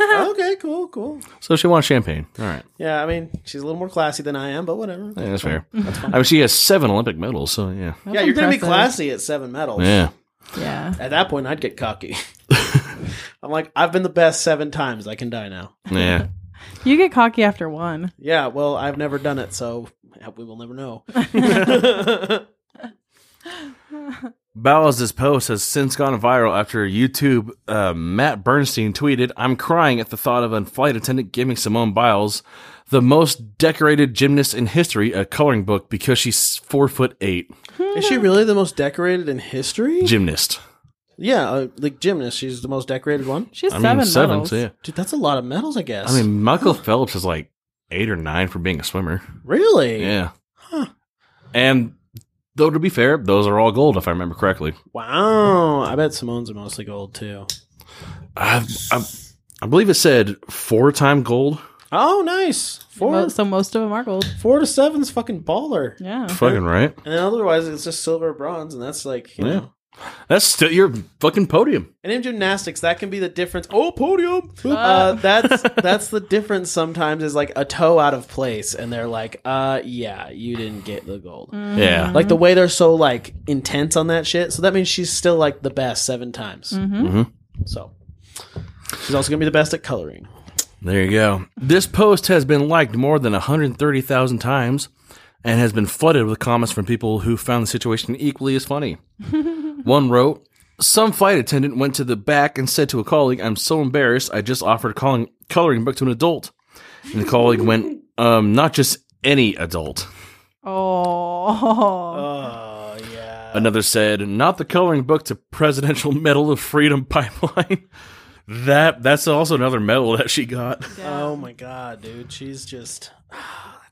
S2: okay, cool, cool.
S3: So she wants champagne. All right.
S2: Yeah, I mean, she's a little more classy than I am, but whatever.
S3: Yeah, that's fair. I mean, she has seven Olympic medals, so yeah.
S2: yeah, you're gonna be
S4: impressive.
S2: classy at seven medals.
S3: Yeah.
S4: Yeah.
S2: At that point, I'd get cocky. [laughs] I'm like, I've been the best seven times. I can die now.
S3: Yeah.
S4: You get cocky after one.
S2: Yeah, well, I've never done it, so we will never know.
S3: Bowles' post has since gone viral after YouTube uh, Matt Bernstein tweeted, I'm crying at the thought of a flight attendant giving Simone Biles, the most decorated gymnast in history, a coloring book because she's four foot eight
S2: Is she really the most decorated in history?
S3: gymnast.
S2: yeah, uh, like gymnast, she's the most decorated one.
S4: She's
S3: I
S4: seven
S3: mean, seven,
S4: medals.
S3: so yeah.
S2: Dude, that's a lot of medals, I guess.
S3: I mean, Michael Phelps is like eight or nine for being a swimmer.
S2: really?
S3: Yeah. And though, to be fair, those are all gold, if I remember correctly.
S2: Wow. I bet Simone's are mostly gold too.
S3: I, I, I believe it said four time gold.
S2: Oh, nice. Four,
S4: Mo- so most of them are gold.
S2: four to seven's fucking baller.
S4: Yeah.
S3: Fucking right.
S2: And then otherwise, it's just silver or bronze, and that's like, you
S3: Yeah.
S2: know.
S3: That's still your fucking podium.
S2: And in gymnastics, that can be the difference. Oh, podium! Uh, that's that's the difference. Sometimes is like a toe out of place, and they're like, "Uh, yeah, you didn't get the gold."
S3: Yeah.
S2: Like the way they're so like intense on that shit. So that means she's still like the best seven times.
S3: Mhm.
S2: So she's also gonna be the best at coloring.
S3: there you go. This post has been liked more than 130,000 times and has been flooded with comments from people who found the situation equally as funny. One wrote, some flight attendant went to the back and said to a colleague, I'm so embarrassed, I just offered a calling, coloring book to an adult. And the colleague went, um, not just any adult.
S4: Oh.
S2: Oh yeah.
S3: Another said, "Not the coloring book to Presidential [laughs] Medal of Freedom pipeline." [laughs] that that's also another medal that she got.
S2: Oh my god, dude, she's just. that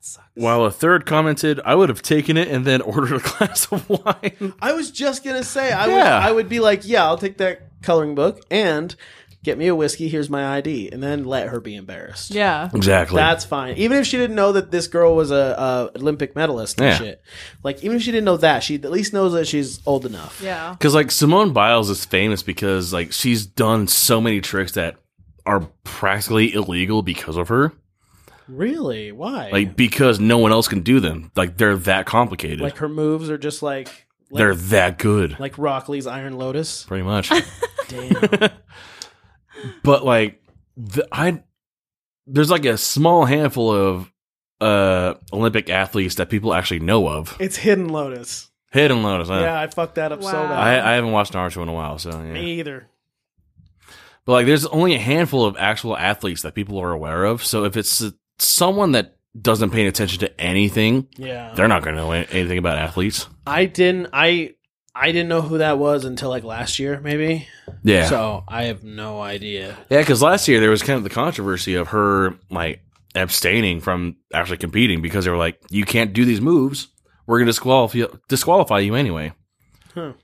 S2: sucks.
S3: While a third commented, "I would have taken it and then [laughs] ordered a glass of wine."
S2: I was just gonna say I
S3: Yeah.
S2: would I would be like, yeah, I'll take that coloring book and get me a whiskey. Here's my ID, and then let her be embarrassed.
S4: Yeah.
S3: Exactly.
S2: That's fine. Even if she didn't know that this girl was a, a Olympic medalist and
S3: Yeah.
S2: shit, like even if she didn't know that, she at least knows that she's old enough.
S4: Yeah.
S3: because like Simone Biles is famous because like she's done so many tricks that are practically illegal because of her.
S2: Really? Why?
S3: Like because no one else can do them. Like they're that complicated.
S2: Like, her moves are just like like,
S3: they're that good.
S2: like Rock Lee's
S3: [laughs]
S2: Iron Lotus.
S3: pretty
S2: [laughs]
S3: much.
S2: Damn.
S3: but like the, I there's like a small handful of uh Olympic athletes that people actually know of.
S2: it's Hidden Lotus.
S3: Hidden and Lotus. huh?
S2: Yeah, I fucked that up so
S4: Wow.
S2: bad.
S3: I, I haven't watched Naruto in a while, so
S2: Me
S3: yeah.
S2: either.
S3: But like, there's only a handful of actual athletes that people are aware of. So if it's uh, someone that doesn't pay attention to anything,
S2: Yeah.
S3: they're not going to know a- anything about athletes.
S2: I didn't I I didn't know who that was until like last year, maybe.
S3: Yeah,
S2: So I have no idea.
S3: yeah. Because last year there was kind of the controversy of her like abstaining from actually competing because they were like, "You can't do these moves. We're going to disqualify disqualify you anyway."
S2: Huh.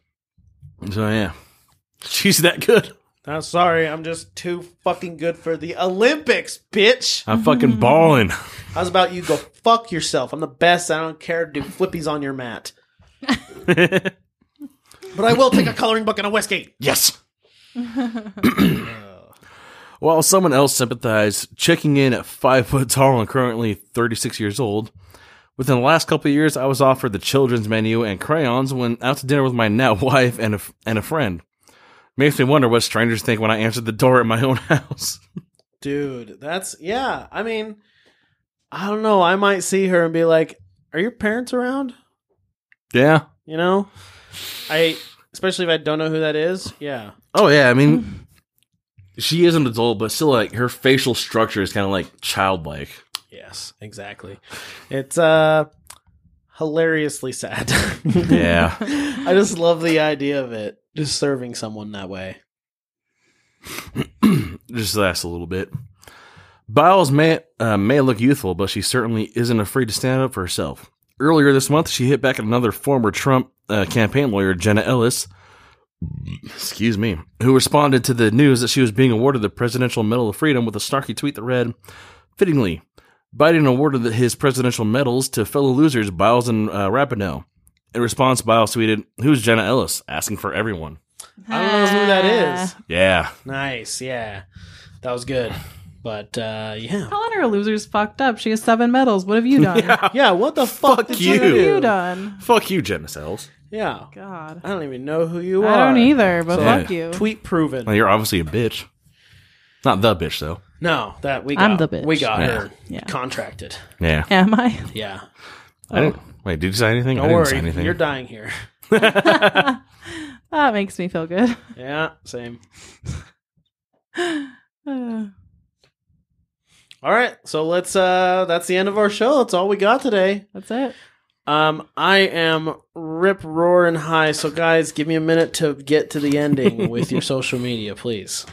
S3: So yeah, she's that good.
S2: I'm sorry, I'm just too fucking good for the Olympics, bitch.
S3: I'm fucking
S2: [laughs]
S3: balling.
S2: How's about you go fuck yourself? I'm the best. I don't care. Do flippies on your mat. but I will take a coloring book and a whiskey.
S3: Yes. [clears throat] While someone else sympathized, checking in at five foot tall and currently 36 years old, within the last couple of years, I was offered the children's menu and crayons when out to dinner with my now [laughs] wife and a, and a friend. Makes me wonder what strangers think when I answered the door at my own [laughs] house.
S2: Dude, that's yeah. I mean, I don't know. I might see her and be like, "Are your parents around?"
S3: yeah.
S2: You know, I especially if I don't know who that is. Yeah,
S3: Oh, yeah. I mean, she is an adult, but still, like, her facial structure is kind of like childlike.
S2: yes, exactly. It's uh hilariously sad.
S3: [laughs] Yeah.
S2: [laughs] I just love the idea of it. Just serving someone that way.
S3: just lasts a little bit. Biles may uh, may look youthful, but she certainly isn't afraid to stand up for herself. Earlier this month, she hit back at another former Trump uh, campaign lawyer, Jenna Ellis, excuse me, who responded to the news that she was being awarded the Presidential Medal of Freedom with a snarky tweet that read, "Fittingly, Biden awarded the- his presidential medals to fellow losers Biles and uh, Rapinoe." In response, Biles tweeted, "Who's Jenna Ellis?" Asking for everyone.
S2: I don't know who that is.
S3: Yeah,
S2: Nice, yeah, that was good. But uh yeah,
S3: [laughs]
S4: Calling her a loser's fucked up. She has seven medals. What have you done?
S2: [laughs] yeah. What the fuck,
S3: Fuck
S2: did
S3: you.
S4: What have
S2: do?
S4: you done?
S3: fuck you, Jenna Ellis.
S2: Yeah,
S4: God.
S2: I don't even know who you are.
S4: I don't either, but
S2: So-
S4: fuck you.
S2: Tweet proven.
S3: Well, you're obviously a bitch. Not the bitch though.
S2: No, that we got.
S4: I'm the bitch.
S2: We got
S3: Yeah.
S2: her
S4: Yeah.
S2: contracted.
S3: Yeah.
S4: Am I?
S2: Yeah.
S3: I didn't. Wait, did you say anything? I
S2: Don't
S3: didn't
S2: worry,
S3: say anything.
S2: you're dying here. [laughs]
S4: That makes me feel good. [laughs]
S2: Yeah, same.
S4: Uh,
S2: All right, so let's. uh That's the end of our show. That's all we got today.
S4: that's it.
S2: Um, I am rip roaring high. So guys, give me a minute to get to the
S3: [laughs]
S2: ending with your social media, please.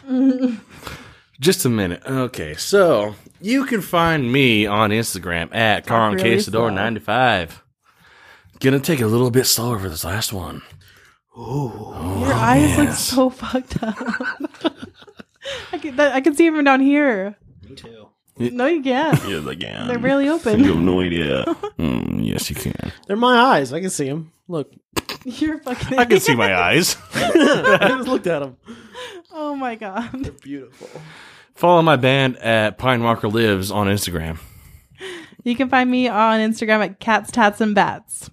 S3: Just a minute. Okay, so you can find me on Instagram at
S4: Talk really
S3: conquistador95. Gonna take it a little bit slower for this last one. Oh,
S4: Your eyes look so fucked up. [laughs] I can, that, I can see him from down here.
S2: Me too.
S4: No, you
S3: [laughs]
S4: can't.
S3: Yes, I can.
S4: They're
S3: [laughs]
S4: really open.
S3: no
S4: [laughs]
S3: idea. mm, yes, you can.
S2: They're my eyes. I can see them. Look,
S4: [laughs] You're fucking.
S3: I can see my eyes.
S2: I just looked at
S4: [laughs]
S2: them.
S4: Oh my god.
S2: Beautiful.
S3: [laughs] Follow my band at Pine Walker Lives on Instagram.
S4: You can find me on Instagram at cats, tats, and bats.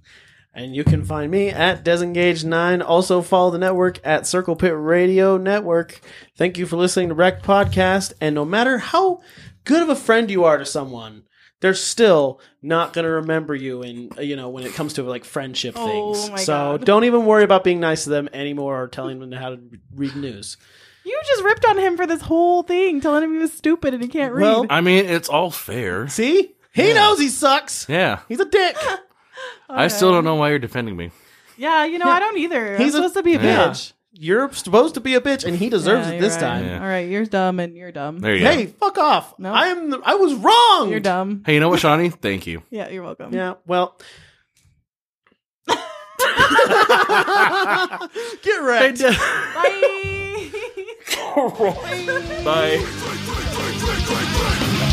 S2: And you can find me at Desengage9. Also follow the network at Circle Pit Radio Network. Thank you for listening to Wreck Podcast. And no matter how good of a friend you are to someone, they're still not going to remember you in you know when it comes to like friendship
S4: Oh
S2: things.
S4: my
S2: so
S4: God.
S2: don't even worry about being nice to them anymore or telling them how to read news.
S4: You just ripped on him for this whole thing, telling him he was stupid and he can't read.
S2: Well,
S3: I mean, it's all fair.
S2: See? He knows he sucks.
S3: Yeah.
S2: He's a dick.
S4: [laughs]
S3: I still don't know why you're defending me.
S4: yeah, you know, I don't either. He's
S2: He's a-
S4: supposed to be a
S3: Yeah.
S4: bitch.
S2: You're supposed to be a bitch and he deserves
S4: Yeah,
S2: it
S4: you're
S2: this
S4: right.
S2: time.
S3: Yeah.
S4: All right, you're dumb and you're dumb.
S3: There you
S2: Hey,
S3: go.
S2: fuck off.
S4: No.
S2: I am the, I was wrong.
S4: You're dumb.
S3: Hey, you know what, Shawnee? Thank you.
S4: Yeah, you're welcome.
S2: Yeah,
S4: [laughs]
S2: well. [laughs] Get right.
S4: Bye.
S2: [laughs]
S4: [laughs]
S3: Bye.
S5: Thank you.